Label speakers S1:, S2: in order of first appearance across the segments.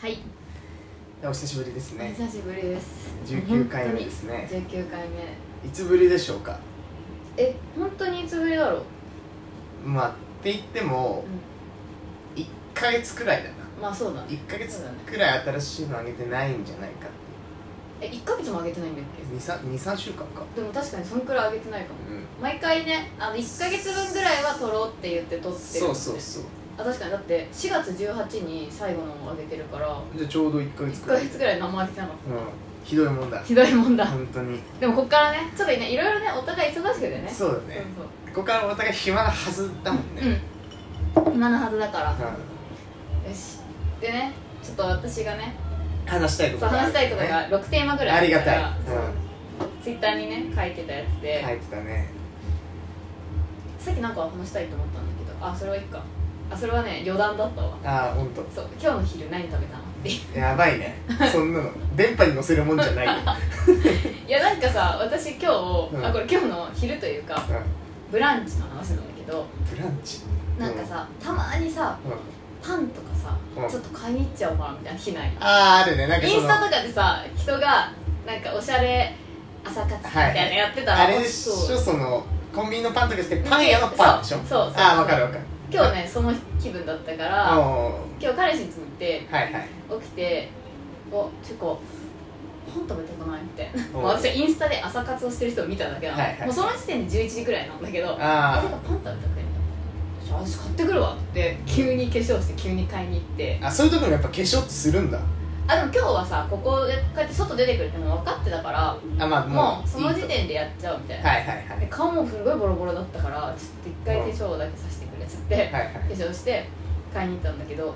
S1: はい
S2: お久しぶりです
S1: お
S2: ね
S1: 久しぶりです
S2: 19回目ですね
S1: 19回目
S2: いつぶりでしょうか
S1: え本当にいつぶりだろう、
S2: まあって言っても
S1: う、
S2: 1ヶ月くらいだなん
S1: まあそうだ
S2: 1ヶ月
S1: そうだね
S2: くらい新しいのあげてないんじゃないかっ
S1: え1ヶ月も上げてないんだってけ
S2: 23週間か
S1: でも確かにそんくらい上げてないかも
S2: うん
S1: 毎回ねあの1ヶ月分ぐらいは撮ろうって言って撮ってるんで
S2: そうそうそう
S1: あ確かにだって4月18に最後のを上げてるから
S2: じゃあちょうど1ヶ月
S1: 1
S2: く
S1: ヶ
S2: らい
S1: 月ぐらい何も上げてなかっ
S2: うんひどいもんだ
S1: たひどいもんだ
S2: 本当に
S1: でもこっからねちょっとねいろいろねお互い忙しくてね
S2: そうだねここからお互い暇なはずだもん
S1: そうそう
S2: ね
S1: うん今のはずだからよ
S2: うん
S1: しでねちょっと私がね
S2: 話したいこと
S1: そう
S2: があ
S1: 話
S2: る
S1: したいこと
S2: ね
S1: が6テーマぐらい
S2: ありが
S1: るか
S2: たい
S1: らツイッターにね書いてたやつで、
S2: 書いてたね
S1: さっきなんか話したいと思ったんだけどあそれはいいかあそれはね余談だったわ
S2: ああ本当
S1: そう今日の昼何食べたのって いう
S2: やばいねそんなの電波に乗せるもんじゃないよ、
S1: いやなんかさ私今日、
S2: うん
S1: あこれ今日の昼というか
S2: う
S1: ブランチの話なんだけど
S2: ん、ブランチ
S1: なんか、さ、たまにさ
S2: うんうん、
S1: パンとかさ、
S2: うん
S1: ちょっと買いに行っちゃおうかなみたいな日ない
S2: あああるねなんか
S1: イ
S2: そ
S1: ン
S2: の
S1: スタとかでさ人がなんかおしゃれ朝活みたいなのやってたら、
S2: あれでし
S1: そう
S2: ょそのコンビニのパンとかしてパン屋のパンでしょ
S1: そうそうそう
S2: ああわかるわかる
S1: 今日ねその気分だったから
S2: あの
S1: 今日彼氏に行って
S2: ーはいはい
S1: 起きて「おてか本食べたくない?」みたいな
S2: お
S1: もう私はインスタで朝活をしてる人を見ただけなの、
S2: はいはい
S1: もうその時点で11時くらいなんだけど「あてかパ
S2: あ
S1: ン食べたくない?」みたいな「私買ってくるわ」って急に化粧して急に買いに行って
S2: ーあそういうところもやっぱ化粧ってするんだ
S1: あでも今日はさここでこうやって外出てくるってもう分かってたから
S2: あまあもう
S1: もうその
S2: いい
S1: 時
S2: と
S1: 点でやっちゃうみたいな、
S2: はいはいはい
S1: で顔もすごいボロボロだったからちょっと一回化粧だけさせてくれっつって、
S2: はいはい
S1: 化粧して買いに行ったんだけど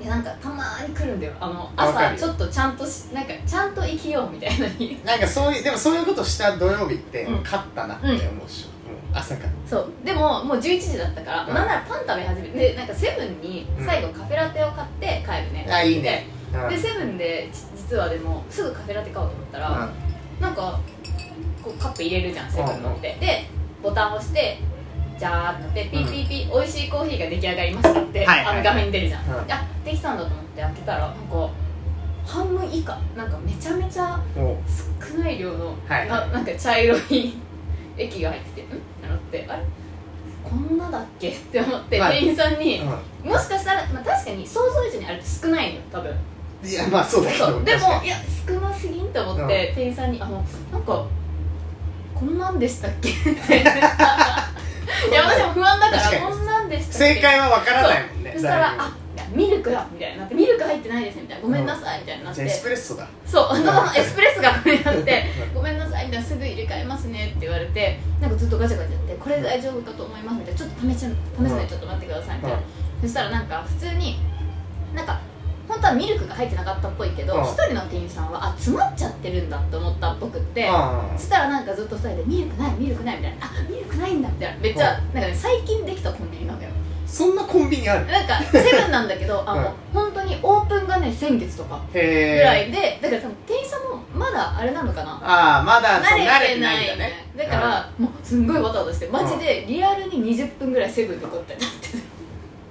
S1: いやなんかたまーに来るんだよあの
S2: わかる
S1: 朝
S2: よ
S1: ちょっとちゃんとしなんかちゃんと生きようみたい な日
S2: なんかそういうでもそういうことした土曜日って、
S1: うん
S2: 勝ったなって思うし、もう朝から
S1: そうでももう11時だったから、
S2: うん
S1: なんならパン食べ始めてでなんかセブンに最後カフェラテを買って帰るね、
S2: あいいねうん
S1: でセブンでち実はでもすぐカフェラテ買おうと思ったら、
S2: う
S1: なんかこうカップ入れるじゃんセブンのって、でボタンを押してジャーってなってピーピーピー、美味しいコーヒーが出来上がりましたって、
S2: はいはい
S1: あの画面に出るじゃん、
S2: うん
S1: あできたんだと思って開けたらなんか半分以下なんかめちゃめちゃ
S2: んもう
S1: 少ない量の、
S2: はい
S1: ななんか茶色い液が入っててんってなってあれこんなだっけって思って
S2: まあ
S1: 店員さんに、
S2: う
S1: もしかしたら、まあ、確かに想像以上にあれって少ないのよ多分
S2: んいやまあそうだけど
S1: そうで
S2: 確か
S1: もいや少なすぎんと思って、店員さんに「あのなんかこんなんでしたっ け?」っていや私も不安だか
S2: 確
S1: ら「
S2: かに
S1: こんなんで
S2: に
S1: したっけ?」
S2: 正解はわからないもんね
S1: そしたら
S2: 誰
S1: 「
S2: も
S1: あいやミルクだ」みたいになって「ミルク入ってないです」みたいな「ごめんなさい」みたいになっ
S2: じ
S1: て、
S2: ゃあエスプレッソだ
S1: そうあのエスプレッソがこれになって
S2: う
S1: 「ごめんなさい」みたいな「すぐ入れ替えますね」って言われてなんかずっとガチャガチャやって「これ大丈夫かと思います」みたいな「ちょっと試し試すのでちょっと待ってください」みたいな、そしたらなんか普通になんか本当はミルクが入ってなかったっぽいけど
S2: うん
S1: 一、人の店員さんはあ詰まっちゃってるんだって思ったっぽくって、
S2: うん
S1: そしたらなんかずっと二人で「ミルクないミルクない」みたいな「あミルクないんだ」みたいなめっちゃ、なんかね最近できたコンビニなのよ
S2: そんなコンビニある
S1: なんかセブンなんだけどあ
S2: うん
S1: の、本当にオープンがね先月とかぐら
S2: へえ
S1: いで、だから多分店員さんもまだあれなのかな
S2: ああまだそう
S1: 慣
S2: 慣れ
S1: れて
S2: てな
S1: な
S2: いいん
S1: よ
S2: だ
S1: ね
S2: ね
S1: だから、もうすんごいわたわたしてマジでリアルに20分ぐらいセブンでこうやって立っ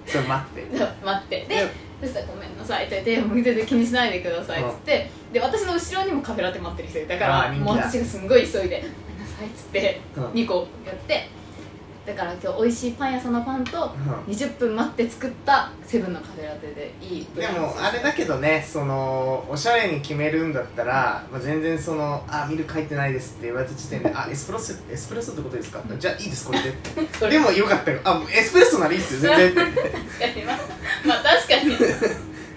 S1: て
S2: ちょっと待って
S1: 待ってで
S2: で
S1: そしたら「ごめんなさい」って言って「もう全然気にしないでください」っつってで私の後ろにもカフェラテ待ってる人いたか
S2: あ
S1: ら
S2: ー人気
S1: も
S2: だ
S1: う私がすんごい急いで「ごめんなさい」っつって
S2: うんうん
S1: 2個やってだから今日美味しいパン屋さんのパンと20分待って作ったセブンのカフェラテでいい
S2: でもあれだけどねそのおしゃれに決めるんだったら、まあ、全然その「あミルク入ってないです」って言われた時点で「あエスプレッソエスプレッソってことですかじゃあいいですこれで」
S1: それ
S2: でもよかったよあエスプレッソならいいっすよ全然って
S1: 確かにまあまあ確かに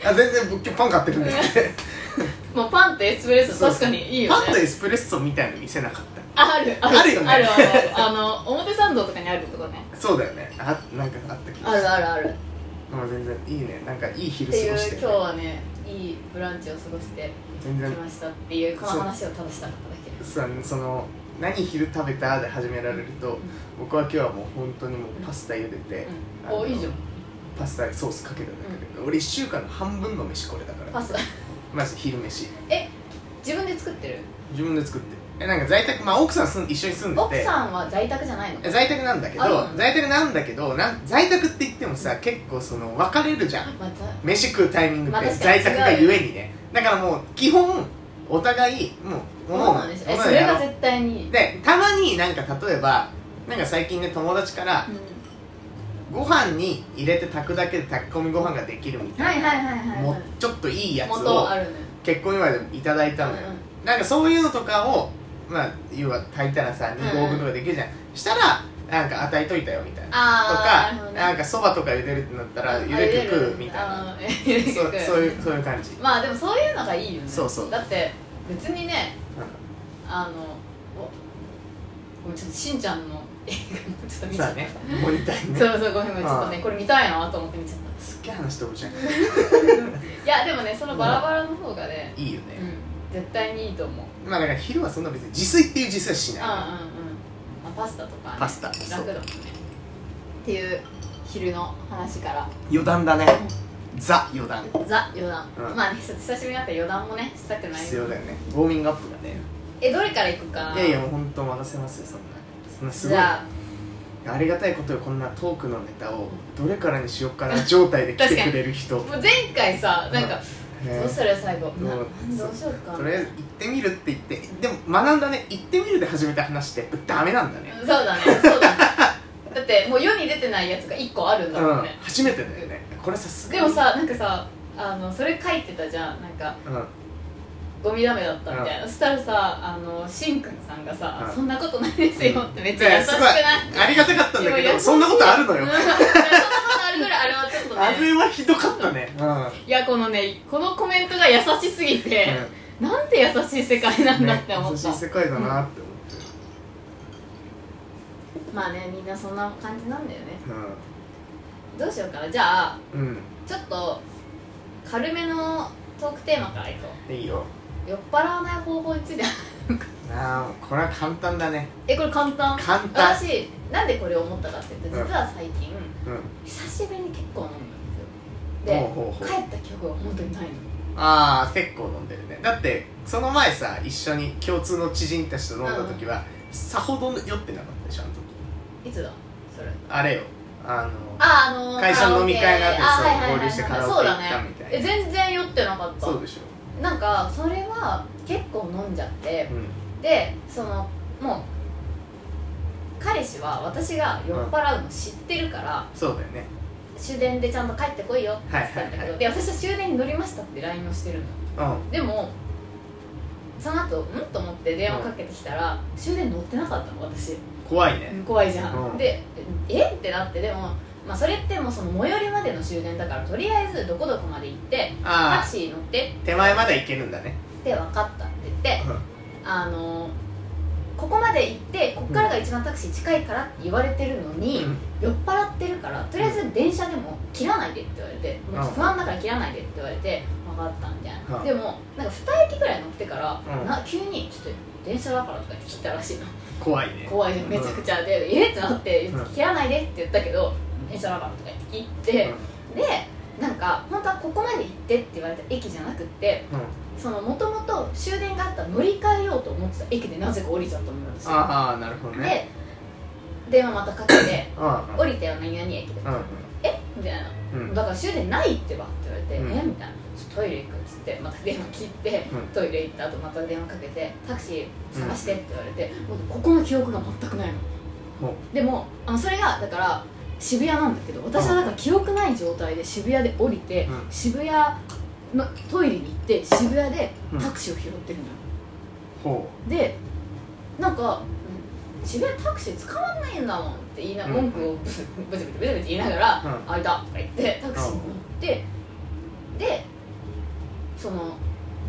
S2: あ全然僕今日パン買ってるん ですって
S1: もうパンとエスプレッソ
S2: そう
S1: 確かにいいよ
S2: パンと
S1: ね
S2: エスプレッソみたいの見せなかっ
S1: あるある
S2: あるよね
S1: あるあるあるあの表参道とかにあるとこね
S2: たそうだよねあなんかあった気が
S1: あるあるある
S2: まあ全然いいねなんかいい
S1: っ
S2: 昼
S1: て
S2: 過
S1: いう
S2: ご
S1: 今
S2: して
S1: 日はねいいブランチを過ごして
S2: 全
S1: 来
S2: 然
S1: ましたっていうこの話をただしたかっただけ
S2: さその「何昼食べた?」で始められると僕は今日はもう本当にもうパスタ茹でて、
S1: うん
S2: あの
S1: おいいじゃん
S2: パスタソースかけただけで、俺1週間の半分の飯これだから
S1: パスタ
S2: マジ昼飯
S1: 自分で作ってる
S2: 自分で作ってえなんか在宅まあ奥さん住ん一緒に住んで
S1: 奥
S2: て
S1: さんは在宅じゃないの
S2: え在宅なんだけど
S1: あうん
S2: 在宅なんだけどなん在宅って言ってもさ結構その別れるじゃん
S1: また
S2: 飯食うタイミング
S1: ま
S2: っ
S1: あ
S2: て
S1: 確かに
S2: 在宅がゆえにねだからもう基本お互いもう
S1: そうなんですえそれが絶対に
S2: でたまになんか例えばなんか最近ね友達から
S1: うん
S2: ご飯に入れて炊くだけで炊き込みご飯ができるみた
S1: はいい
S2: な、
S1: はいはいはい
S2: もう
S1: はい
S2: ちょっといいやつを
S1: 元あるね
S2: 結婚祝いでいただいたのよ、なんかそういうのとかをまあ要は炊いたらさ2合分とかできるじゃん、したらなんか与えといたよみたいなとか
S1: あーなるほどね
S2: なんかそばとか茹でるってなったら
S1: あ
S2: 茹でて食うみたいな
S1: あーゆでて
S2: そ
S1: 食
S2: うそう いうそういう感じ
S1: まあでもそういうのがいいよね
S2: そうそう
S1: だって別にね
S2: なんか
S1: あのおごめんちょっとしんちゃんの映画ちょっと見ち
S2: さ
S1: ゃ
S2: あ
S1: った
S2: ねモニターにね
S1: そうそうごめんごめんちょっとねこれ見たいなと思って見ちゃっ
S2: すっげえ話飛ぶ じゃん
S1: たいやでもねそのバラバラの方がね、
S2: いいよ
S1: う
S2: ね、
S1: ん、絶対にいいと思う
S2: まあだから昼はそんな別に自炊っていう自炊はし
S1: うんうんうん、
S2: ない、
S1: まあ、パスタとか、ね、
S2: パスタ
S1: 楽
S2: そ
S1: だ
S2: う
S1: もんねっていう昼の話から
S2: 余談だねザ余談
S1: ザ余談、
S2: うん
S1: まあね久しぶりになったら余談もねしたくない
S2: 必要だよねウォーミングアップがね
S1: えどれからいくか
S2: いやいやもう本当任せますよそんなそんなすご
S1: じ
S2: い
S1: ゃあ
S2: ありがたいことよこんなトークのネタをどれからにしようかな状態で来てくれる人、
S1: もう前回さなんか、
S2: ね
S1: どうしたら最後、
S2: う
S1: な
S2: そう
S1: どうしようかな
S2: とりあえず行ってみるって言ってでも学んだね行ってみるで始めた話ってダメなんだね
S1: そうだねそうだねだってもう世に出てないやつが1個あるんだもんね、
S2: 初めてだよねこれさすが
S1: で
S2: に
S1: もさなんかさあのそれ書いてたじゃんなんか
S2: うん
S1: ゴミダメだったみたいな、そしたらさあのしんくんさんがさ、
S2: うん
S1: そんなことないですよ」ってめっ
S2: い
S1: ちゃ
S2: や
S1: 優しく
S2: す
S1: な
S2: ごい
S1: い
S2: ありがたかったんだけ
S1: でも優
S2: ど
S1: しい
S2: そんなことあるの
S1: う
S2: よ
S1: んそんなことあるぐらいあれはちょっ と
S2: あ
S1: ね
S2: れはひどかったねうん
S1: いやこのねこのコメントが優しすぎて、なんて優しい世界 なんだって
S2: ね
S1: 思
S2: 優
S1: っ、
S2: したい世界だなって思って
S1: まあねみんなそんな感じなんだよね
S2: う
S1: どうしようかなじゃあ
S2: ん、うん
S1: ちょっと軽めのトークテーマからいこう
S2: いいよ
S1: 酔っ払わない方法について
S2: ああこれは簡単だね
S1: えこれ簡単
S2: 簡単
S1: 私なんでこれを思ったかっていうと
S2: うん
S1: 実は最近
S2: うん
S1: 久しぶりに結構飲んだん
S2: ほう
S1: で
S2: ほう
S1: す
S2: ほ
S1: よ
S2: う
S1: で帰った記憶が本当にないの
S2: ああ結構飲んでるねだってその前さ一緒に共通の知人たちと飲んだ時は、さほど酔ってなかったでしょあの時
S1: いつだそれ
S2: あれよあの
S1: ああのー
S2: 会社の飲み会の後にさ
S1: カラオケあはいはいはい
S2: 合流してカラオケ
S1: そうだ
S2: 行った
S1: ね
S2: みたいな
S1: え全然酔ってなかった
S2: そうでし
S1: なんかそれは結構飲んじゃって
S2: ょ、うん、
S1: でそのもう彼氏は私が酔っ払うの知ってるから、
S2: そうだよね
S1: 終電でちゃんと帰ってこいよって言ってたんだけど、
S2: はいはいはい
S1: で私は終電に乗りましたって LINE をしてるの
S2: う
S1: でもその後うんと思って電話かけてきたら、終電乗ってなかったの私
S2: ん怖いね
S1: 怖いじゃん、
S2: うん
S1: でえってなってでも、まあ、それってもうその最寄りまでの終電だからとりあえずどこどこまで行ってタク
S2: あ
S1: シー乗って
S2: あ手前まで行けるんだね
S1: って分かったって言って、
S2: うん
S1: あのここまで行ってこっからが一番タクシー近いからって言われてるのに、
S2: うん
S1: 酔っ払ってるからとりあえず電車でも切らないでって言われて、もう
S2: うん
S1: 不安だから切らないでって言われて分かったみたいな、
S2: うん
S1: でもなんか2駅ぐらい乗ってから、
S2: うん
S1: な急にちょっと電車だからとかって切ったらしいの
S2: 怖いね
S1: 怖いじゃんめちゃくちゃで「えっ?」ってなって「切らないで」って言ったけど「電車だから」とか言って切って、でなんか本当はここまで行ってって言われた駅じゃなくって
S2: うん、うん、
S1: そのもともと終電があったら乗り換えようと思ってた駅でなぜか降りちゃったんですよ
S2: ああなるほどね
S1: で電話またかけて
S2: うんうん
S1: 「降りたよ何々駅で」えみたいな
S2: うんうん
S1: 「だから終電ないってば」って言われて「
S2: うん
S1: えみたいな「ちょっとトイレ行く」っつってまた電話切って、
S2: うん
S1: トイレ行った後また電話かけて「タクシー探して」って言われて、もうここの記憶が全くないの
S2: ほ
S1: でもあのそれがだから渋谷なんだけど私はだから記憶ない状態で渋谷で降りて、
S2: うん
S1: 渋谷のトイレに行って渋谷で
S2: うん
S1: タクシーを拾ってるのよ、
S2: ほ
S1: でなんかうん渋谷タクシー捕まんないんだもんって言いな
S2: うん
S1: 文句をブツブツブツブツブツ言いながら
S2: うん
S1: 「開いた」とか言ってタクシーに乗ってでその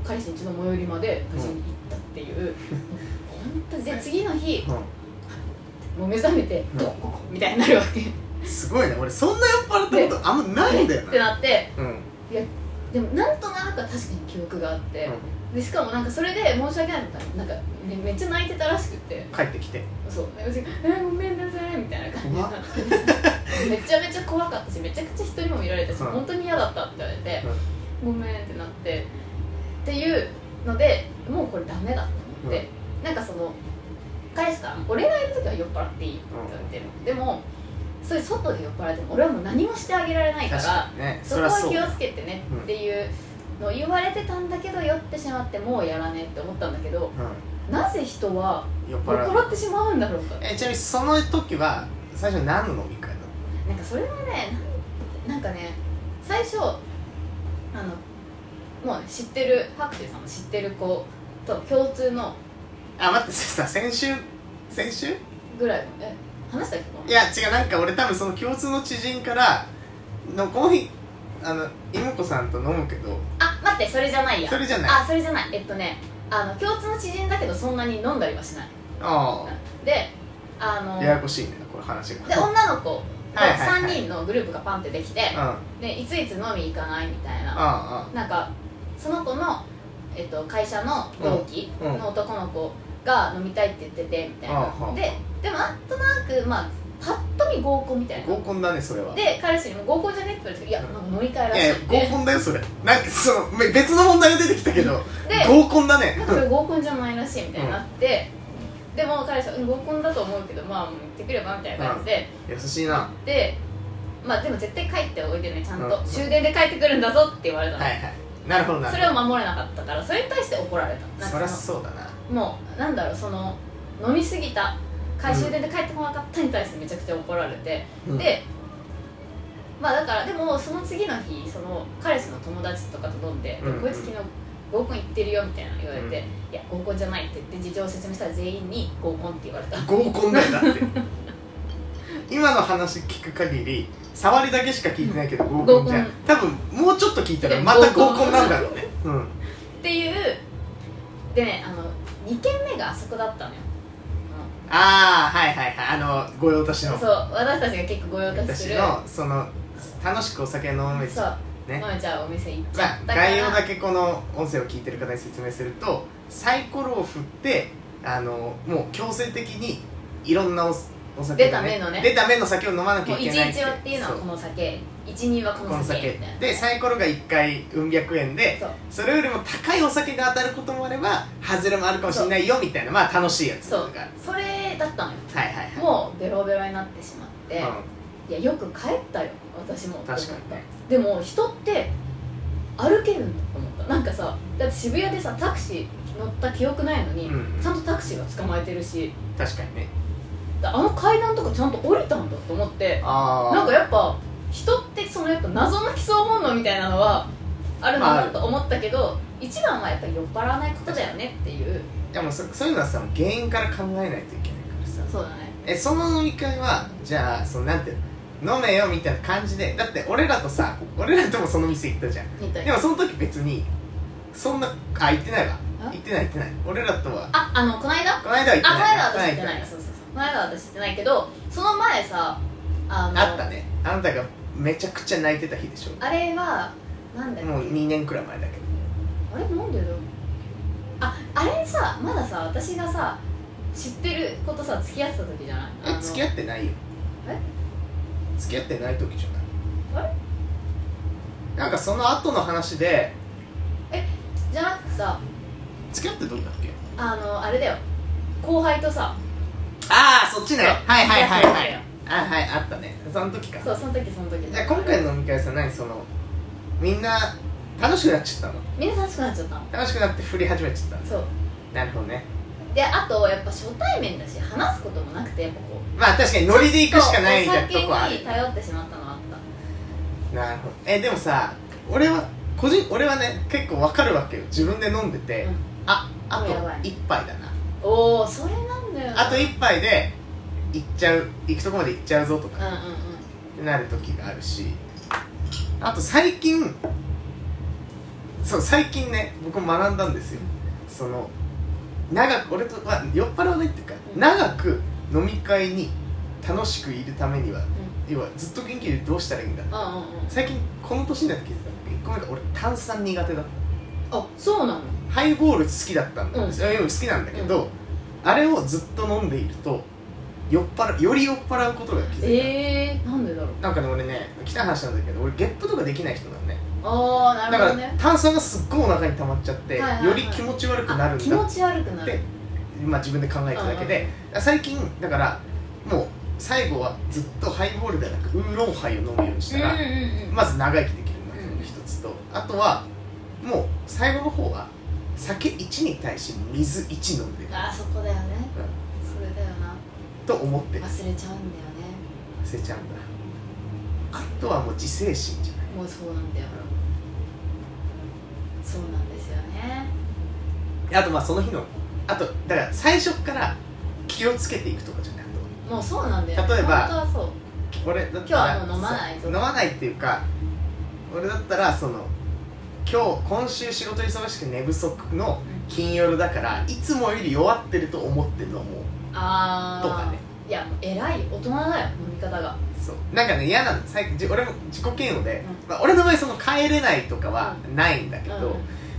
S1: 彼氏ん家の最寄りまで無事に行ったっていう本当で次の日
S2: う、
S1: もう目覚めて
S2: う
S1: 「
S2: ん
S1: どこここ」みたいになるわけ
S2: うん、すごいね俺そんな酔っ払ったことあんまないんだよ
S1: っ
S2: な
S1: てなって
S2: うん、うん
S1: でもなんとなくは確かに記憶があってでしかもなんかそれで申し訳ないみたいななんか、ね、めっちゃ泣いてたらしくって
S2: 帰ってきて
S1: そうで私が「えごめんなさい」みたいな感じになってめちゃめちゃ怖かったしめちゃくちゃ人にも見られたし、
S2: うん
S1: 本当に嫌だったって言われて「ごめん」ってなってっていうのでもうこれダメだと思って、なんかそのでもそれ外で酔っ払っても俺はもう何もしてあげられないか
S2: 確
S1: ら
S2: かにね
S1: そ
S2: そ
S1: こ
S2: り
S1: は
S2: ゃそう
S1: 気を
S2: だ
S1: つけてね
S2: うん
S1: っていうのを言われてたんだけど酔ってしまってもうやらねえって思ったんだけど
S2: う
S1: なぜ人は
S2: ん酔っ
S1: 酔っ
S2: 払う
S1: 払ってしまうんだろうか
S2: えちなみにその時は最初何の飲み会だっ
S1: なんかそれはねなんなんかね最初あのもうね知ってる白手さんの知ってる子と共通の
S2: たあ待ってそれさ先週先週
S1: ぐらいのえ話したっけこの
S2: いや違うなんか俺多分その共通の知人からのこの日あの妹子さんと飲むけど
S1: あ待ってそれじゃないや
S2: それじゃない
S1: あそれじゃないえっとねあの共通の知人だけどそんなに飲んだりはしない
S2: あ
S1: であの
S2: あややこしいねこれ話が
S1: で女の子と
S2: はいはいはい
S1: 3人のグループがパンってできて、
S2: うんあ
S1: でいついつ飲み行かないみたいな
S2: あ
S1: なんかその子の、えっと、会社の同期
S2: うんうん
S1: の男の子が飲みたいって言っててみたいな、
S2: うんうん
S1: ででもなんとなくまあパッと見合コンみたいな
S2: 合コンだねそれは
S1: で彼氏にも合コンじゃねって言われていやなんか飲み会ら
S2: い
S1: し
S2: やい
S1: い
S2: や
S1: っ
S2: 合
S1: て
S2: コンだよそれなんかそのめ別の問題が出てきたけど
S1: で
S2: 合コンだね
S1: なんかそれ合コンじゃないらしいみたいになって、でも彼氏はうん合コンだと思うけどまあもう行ってくればみたいな感じで、
S2: 優しいなは
S1: でまあでも絶対帰っておいてねちゃんと、
S2: うん
S1: 終電で帰ってくるんだぞって言われた
S2: い
S1: の、
S2: はいなるほどな
S1: そ
S2: る
S1: れを
S2: ほ
S1: 守れなかったからそれに対して怒られた
S2: ど
S1: なん
S2: そり
S1: か
S2: ゃ
S1: そ
S2: そうだな
S1: のもうなんだろうその飲みすぎた回終電で帰ってこなかったに対してめちゃくちゃ怒られて、
S2: うん
S1: でまあだからでもその次の日その彼氏の友達とかと飲んで「
S2: うんうん
S1: こいつ昨日合コン行ってるよ」みたいな言われて「
S2: うん
S1: いや合コンじゃない」って言って事情を説明したら全員に「合コン」って言われた
S2: 合コンだよだって今の話聞く限り触りだけしか聞いてないけど合コンじゃん
S1: 合コ
S2: 多分もうちょっと聞いたらまた合コンなんだろうねうん
S1: っていうでねあの2軒目があそこだったのよ
S2: ああはいはいはいあの御用達の
S1: そう私たちが結構ご用達す
S2: 私
S1: る
S2: のその楽しくお酒飲めち
S1: そ
S2: ゃう
S1: う
S2: ね
S1: まあじゃあお店行っち
S2: ま
S1: ゃっ
S2: あ
S1: たから
S2: 概要だけこの音声を聞いてる方に説明するとサイコロを振ってあのもう強制的にいろんなおお酒を
S1: 出た目のね
S2: 出た目の酒を飲まなき
S1: も
S2: ゃ
S1: う
S2: いけ
S1: 一
S2: ない
S1: 日はっていうのは
S2: そう
S1: この酒一人はこ
S2: こ
S1: の
S2: の
S1: 酒
S2: 酒
S1: みたいな
S2: でサイコロが1回うん百円で
S1: そう
S2: それよりも高いお酒が当たることもあればハズレもあるかもしれないよみたいなまあ楽しいやつと
S1: そう
S2: かはい
S1: それだったのよ
S2: はいはい
S1: もうベロベロになってしまって、いやよく帰ったよ私も
S2: うん、確かにね
S1: でも人って歩けるんだと思ったなんかさだって渋谷でさタクシー乗った記憶ないのに、
S2: うん
S1: ちゃんとタクシーが捕まえてるし
S2: 確かにね
S1: あの階段とかちゃんと降りたんだと思って
S2: ああ
S1: なんかやっぱ人ってそのやっぱ謎の基礎本能みたいなのはあるんだなと思ったけど一番はやっぱり酔っ払わないことだよねっていう
S2: でもそそういうのはさ原因から考えないといけないからさ
S1: そうだね
S2: えその飲み会はじゃあそのなんていうの飲めよみたいな感じでだって俺らとさ俺らともその店行ったじゃん
S1: みたい
S2: で
S1: な
S2: もその時別にそんなあ行ってないわ
S1: あ
S2: 行ってない行ってない俺らとは
S1: ああのこの間
S2: この間は行ってない
S1: あ、この間は私行ってない。
S2: こ
S1: そうそうそう。この間は私行ってないけど、その前さ、
S2: の
S1: あの、
S2: 間は行ってないあったねあなたがめちゃくちゃ泣いてた日でしょ
S1: あれは、なんだっけ
S2: もう2年くらい前だけど
S1: あれなんでだろうあ、あれさ、まださ、私がさ、知ってることさ、付き合ってた時じゃないあ
S2: え
S1: の
S2: 付き合ってないよ
S1: え
S2: 付き合ってない時じゃない
S1: あ
S2: れなんかその後の話で
S1: じゃなくてさ、
S2: 付き合ってどうだっけ
S1: あの、あれだよ。後輩とさ、
S2: ああそっちね
S1: そう
S2: はいはいはいは
S1: 付き合
S2: い
S1: って
S2: あはいあったねその時か
S1: そう、その時その時。
S2: じゃあ今回の飲み会さ何そのみんな楽しくなっちゃったの
S1: みんな楽しくなっちゃったの。
S2: 楽しくなって振り始めちゃったの
S1: そう。
S2: なるほどね
S1: で、あと、やっぱ初対面だし、話すこともなくて、やっぱこう。
S2: まあ確かにノリで行くしかないみ
S1: そ
S2: た
S1: う
S2: いなとこあ
S1: お酒
S2: る
S1: に頼ってしまったのはあった。
S2: なるほどえでもさ俺は個人俺はね結構わかるわけよ自分で飲んでて、
S1: うん
S2: ああと
S1: もうやばい
S2: 一杯だな
S1: おおそれなんだよな
S2: あと一杯で行っちゃう行くとこまで行っちゃうぞと
S1: うんう
S2: か
S1: んうん
S2: なる時があるしあと最近そう最近ね僕も学んだんですよその長く俺とは酔っ払わないっていうか
S1: うん
S2: 長く飲み会に楽しくいるためには要はずっと元気でどうしたらいいんだ
S1: うんうんうん
S2: 最近この年になって気づいたんだけど一個目が俺炭酸苦手だった
S1: あそうなの
S2: ハイボール好きだったんだ、
S1: うん
S2: それよりも好きなんだけど、あれをずっと飲んでいると酔っ払うより酔っ払うことが気づいた、
S1: えー、なんでだろう
S2: なんかね俺ね汚い話なんだけど俺ゲップとかできない人なのね
S1: あ
S2: だ
S1: あな
S2: か
S1: るほ
S2: ら
S1: どね
S2: 炭酸がすっごいお腹に溜まっちゃって、
S1: はいはいはい
S2: より気持ち悪くなる
S1: あ
S2: ん
S1: 気
S2: だ
S1: 持
S2: っ
S1: ち悪くな
S2: て
S1: る
S2: まあ自分で考えただけで、最近だからもう最後はずっとハイボールではなくウーロンハイを飲むようにしたら、
S1: うんうんうん
S2: まず長生きできるなっていう
S1: うん
S2: のが一つと、あとはもう最後の方は酒1に対し水1飲んでる
S1: あーそこだよねそれだよな
S2: と思ってる
S1: 忘れちゃうんだよね
S2: せちゃんだあとはもう自制心じゃない
S1: もうそうなんだよそうなんですよね
S2: あとまあその日のあとだから最初から気をつけていくとかじゃなくて
S1: もうそうなんだよ
S2: 例えば
S1: 本当はそう
S2: 俺だったら
S1: 今日はもう飲まない
S2: そう飲まないっていうか俺だったらその今日今週仕事忙しく寝不足の金曜だからいつもより弱ってると思って飲もう
S1: ああ
S2: とかね
S1: いやもう偉い大人だよ飲み方が
S2: そうなんかね嫌なの最近じ俺も自己嫌悪で、
S1: う
S2: まあ、俺の場合その帰れないとかはないんだけど、
S1: うん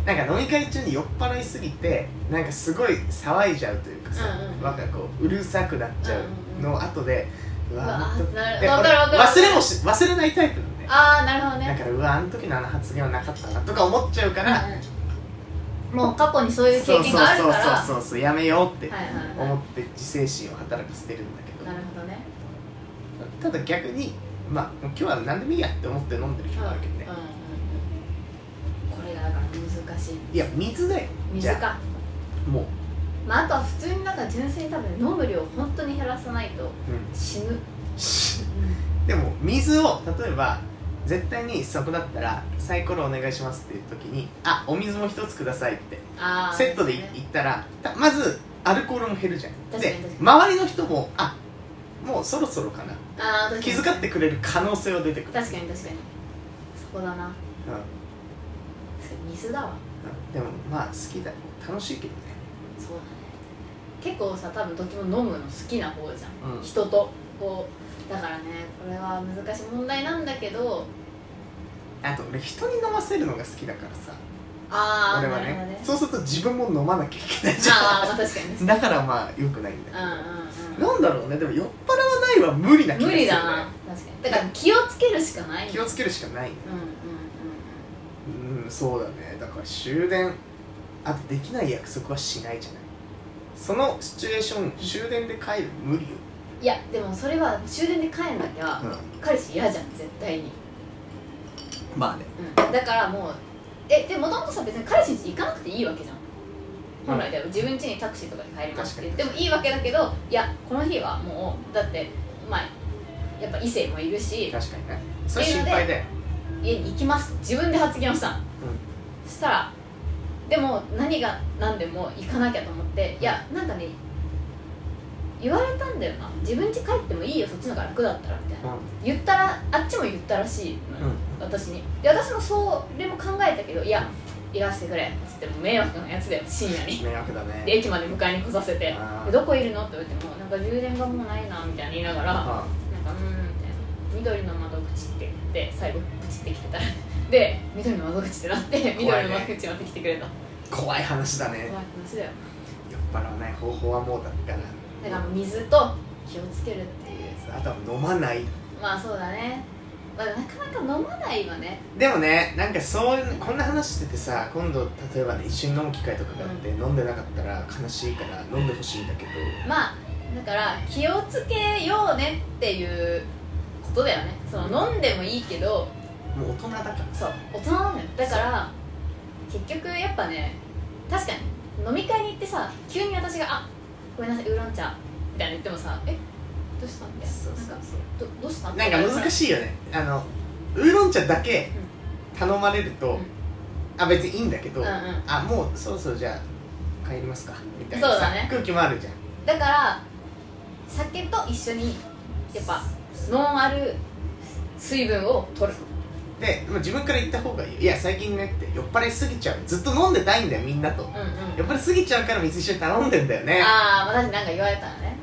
S2: なんか飲み会中に酔っ払いすぎてなんかすごい騒いじゃうというかさ、
S1: うんうんうん
S2: なんかこううるさくなっちゃうの後で、う
S1: うわ
S2: わ
S1: ー
S2: ほんと
S1: なる
S2: で
S1: わかるわかる
S2: 俺忘れもし忘れないタイプなんで
S1: ああなるほど
S2: だ
S1: ね
S2: からうわあの時のあの発言はなかったなとか思っちゃうから、
S1: うんもう過去にそういう経験があるから
S2: そうそうそうそうそうやめようって
S1: はいはいはい
S2: 思って自制心を働かせてるんだけど、
S1: なるほどね
S2: ただ逆にまあもう今日は何でもいいやって思って飲んでる日もあるけどね
S1: うん、うんうんこれがだから難しい
S2: いや水だよじ
S1: 水
S2: ゃ
S1: か
S2: あもう、
S1: まあ、あとは普通になんか純粋に多分飲む量を本当に減らさないと
S2: うん
S1: 死ぬ、
S2: でも水を例えば絶対にそこだったらサイコロお願いしますっていう時にあお水も一つくださいって
S1: あー
S2: セットでい
S1: そうね
S2: 行ったらたまずアルコールも減るじゃん
S1: 確かに
S2: で
S1: 確かに
S2: 周りの人もあもうそろそろかな
S1: あー
S2: 気遣
S1: 確かに
S2: ってくれる可能性は出てくる、
S1: 確かに確かにそこだな
S2: う
S1: 水だわ
S2: ん、でもまあ好きだ楽しいけどね、
S1: そうだね結構さ多分どっちも飲むの好きな方じゃん
S2: うん
S1: 人とこうだからねこれは難しい問題なんだけど
S2: あと俺人に飲ませるのが好きだからさ
S1: ああ
S2: 俺は
S1: なるほ
S2: ね
S1: どね
S2: そうすると自分も飲まなきゃいけないじ
S1: ああ
S2: ゃ
S1: まあ確かにね
S2: ん だからまあよくないんだけど、
S1: うんうん
S2: なんだろうねでも酔っ払わないは無理な気
S1: う
S2: がす
S1: ん無
S2: る、ね、
S1: 理だな確かにだから気をつけるしかない
S2: 気をつけるしかないね
S1: うんうんうん
S2: うんそうだねだから終電あとできない約束はしないじゃないそのシチュエーション終電で帰る無理よ、
S1: うんいやでもそれは終電で帰んなきゃ彼氏嫌じゃん絶対に、
S2: まあね
S1: うん、だからもうえでもともとさ別に彼氏ん家行かなくていいわけじゃん本来では自分家にタクシーとかで帰りますって言ってもいいわけだけどいやこの日はもうだってまあやっぱ異性もいるし
S2: 確かにねそれ心配だよ
S1: 家に行きますと自分で発言をしたの、そしたらでも何が何でも行かなきゃと思っていやなんかね言われたんだよな自分家帰ってもいいよそっちの方が楽だったらみたいな言ったらあっちも言ったらしいのよ、
S2: うん
S1: 私にで私もそれも考えたけどいやいらしてくれっつっても迷惑なやつだよ深夜 に
S2: 迷惑だね
S1: で駅まで迎えに来させて
S2: あー
S1: でどこいるのって言われてもなんか充電がもうないなみたいな言いながらなんか
S2: あ
S1: うーんみたいな緑の窓口って言って最後プチって きてたらで緑の窓口ってなって、
S2: 怖い
S1: 緑
S2: ね
S1: の窓口まで来てくれた
S2: 怖い話だね
S1: 怖い話だよ
S2: 酔っ払わない方法はもうだから
S1: だからもう水と気をつけるっていう
S2: あとは飲まない
S1: まあそうだね、まあ、なかなか飲まないわね
S2: でもねなんかそういうこんな話しててさ今度例えばね一緒に飲む機会とかがあって、飲んでなかったら悲しいから飲んでほしいんだけど
S1: まあだから気をつけようねっていうことだよねその飲んでもいいけど
S2: もう大人だから
S1: そう大人なのよだから結局やっぱね確かに飲み会に行ってさ急に私が「あごめんなさいウーロン茶」みたいな言ってもさ「えどうした?」みたいな
S2: そうそう
S1: なんかどどうした
S2: なんか難
S1: い
S2: しいよねあのウーロン茶だけ頼まれると、
S1: うん
S2: あ別にいいんだけど、
S1: うんうん
S2: あもうそろそろじゃあ帰りますかみたいな
S1: そ
S2: さ
S1: うだね
S2: 空気もあるじゃん
S1: だから酒と一緒にやっぱノンアル水分を取る
S2: でもう自分から言った方がいいよいや最近ねって酔っ払いすぎちゃうずっと飲んでたいんだよみんなと、
S1: うんうん
S2: 酔っ払いすぎちゃうから水一緒に頼んでんだよね
S1: ああ私なんか言われたらね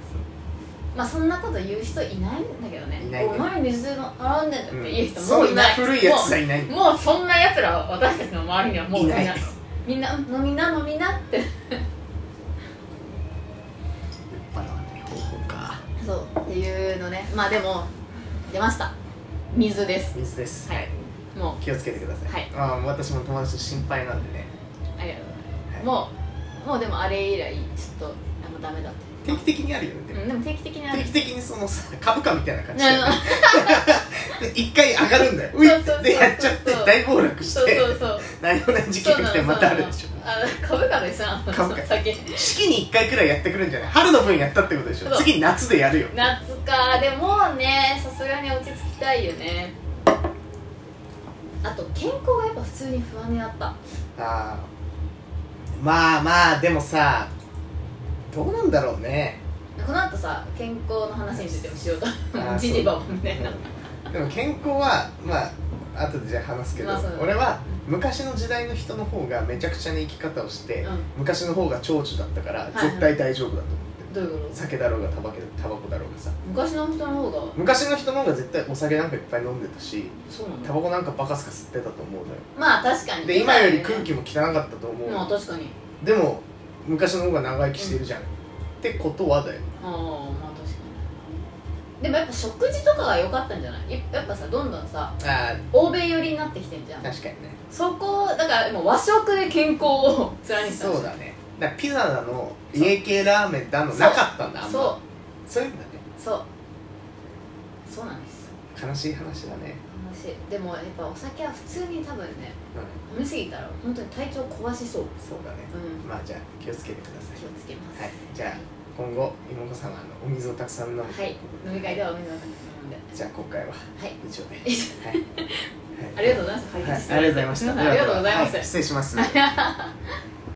S1: まあそんなこと言う人いないんだけどね
S2: いないね
S1: お前水の洗うんでんだって
S2: うん
S1: 言う人も
S2: そ
S1: うんい
S2: な
S1: ない、
S2: 古いやつはいない
S1: もうもうそんなやつらは私たちの周りにはもういない
S2: いない
S1: みんなうん飲みな飲みなって
S2: 酔っ払わない方法か
S1: そうっていうのねまあでも出ました水です
S2: 水です
S1: はいも
S2: 気をつけてください、
S1: はい
S2: あー私も友達と心配なんでね
S1: うありがとうございます、
S2: はい
S1: もうもうでもあれ以来ちょっとあのダメだって
S2: 定期的にあるよねでも
S1: うんでも定期的にあ
S2: 定
S1: る
S2: 期的にそのさ株価みたいな感じで
S1: あの
S2: で一回上がるんだよ
S1: そう
S2: う
S1: そう
S2: い
S1: そうそう
S2: ってやっちゃって大暴落
S1: そ
S2: し
S1: う
S2: て
S1: そうそう
S2: 何もない時期が来てまたあるでしょ
S1: あ株価でさ
S2: 株価
S1: 先
S2: 四季に1回くらいやってくるんじゃない春の分やったってことでしょ
S1: そう
S2: 次夏でやるよ
S1: 夏かでもねさすがに落ち着きたいよねあと健康がやっぱ普通に不安になった
S2: あーまあまあでもさどうなんだろうね
S1: この後さ健康の話についてもしようと
S2: あー
S1: ジジバもね
S2: でも健康はまあ後でじゃあ話すけど、
S1: まあそう
S2: 俺は昔の時代の人の方がめちゃくちゃな生き方をして、
S1: う
S2: 昔の方が長寿だったから
S1: いはい
S2: 絶対大丈夫だと思って、
S1: んどういうこと
S2: 酒だろうがタバケタバコだろうがさ
S1: 昔の人の方が
S2: 昔の人の方が絶対お酒なんかいっぱい飲んでたし
S1: そうな
S2: タ
S1: の
S2: バコなんかバカすか吸ってたと思うのよ
S1: まあ確かに
S2: で今より
S1: ね
S2: 空気も汚かったと思うの
S1: まあ確かに
S2: でも昔の方が長生きしてるじゃん、ってことはだよ
S1: ああまあ確かにでもやっぱ食事とかが良かったんじゃないややっぱさどんどんさ
S2: あ
S1: 欧米寄りになってきてんじゃん
S2: 確かにね
S1: そこだからもう和食で健康を貫いてた
S2: そうだねだからピザだの家系ラーメンだの
S1: そう
S2: なかったんだあんま
S1: そう
S2: そういうんだね
S1: そうそうなんです
S2: 悲しい話だね、
S1: 話でもやっぱお酒は普通に多分ね
S2: うん、
S1: 飲みすぎたら本当に体調壊しそううん
S2: そうだねまあじゃあ気をつけてくださ
S1: 気をつけます
S2: いはいじゃあ今後妹子さんはあのお水をたくさん飲むと
S1: はいう
S2: こと
S1: 飲み会ではお水を飲んで
S2: じゃあ今回は
S1: はい
S2: 以上で、
S1: 以
S2: はいはい
S1: ありがとうございます
S2: はい、
S1: 解決して
S2: ありがとうございました。
S1: ありがとうございま
S2: は
S1: す
S2: 失礼します。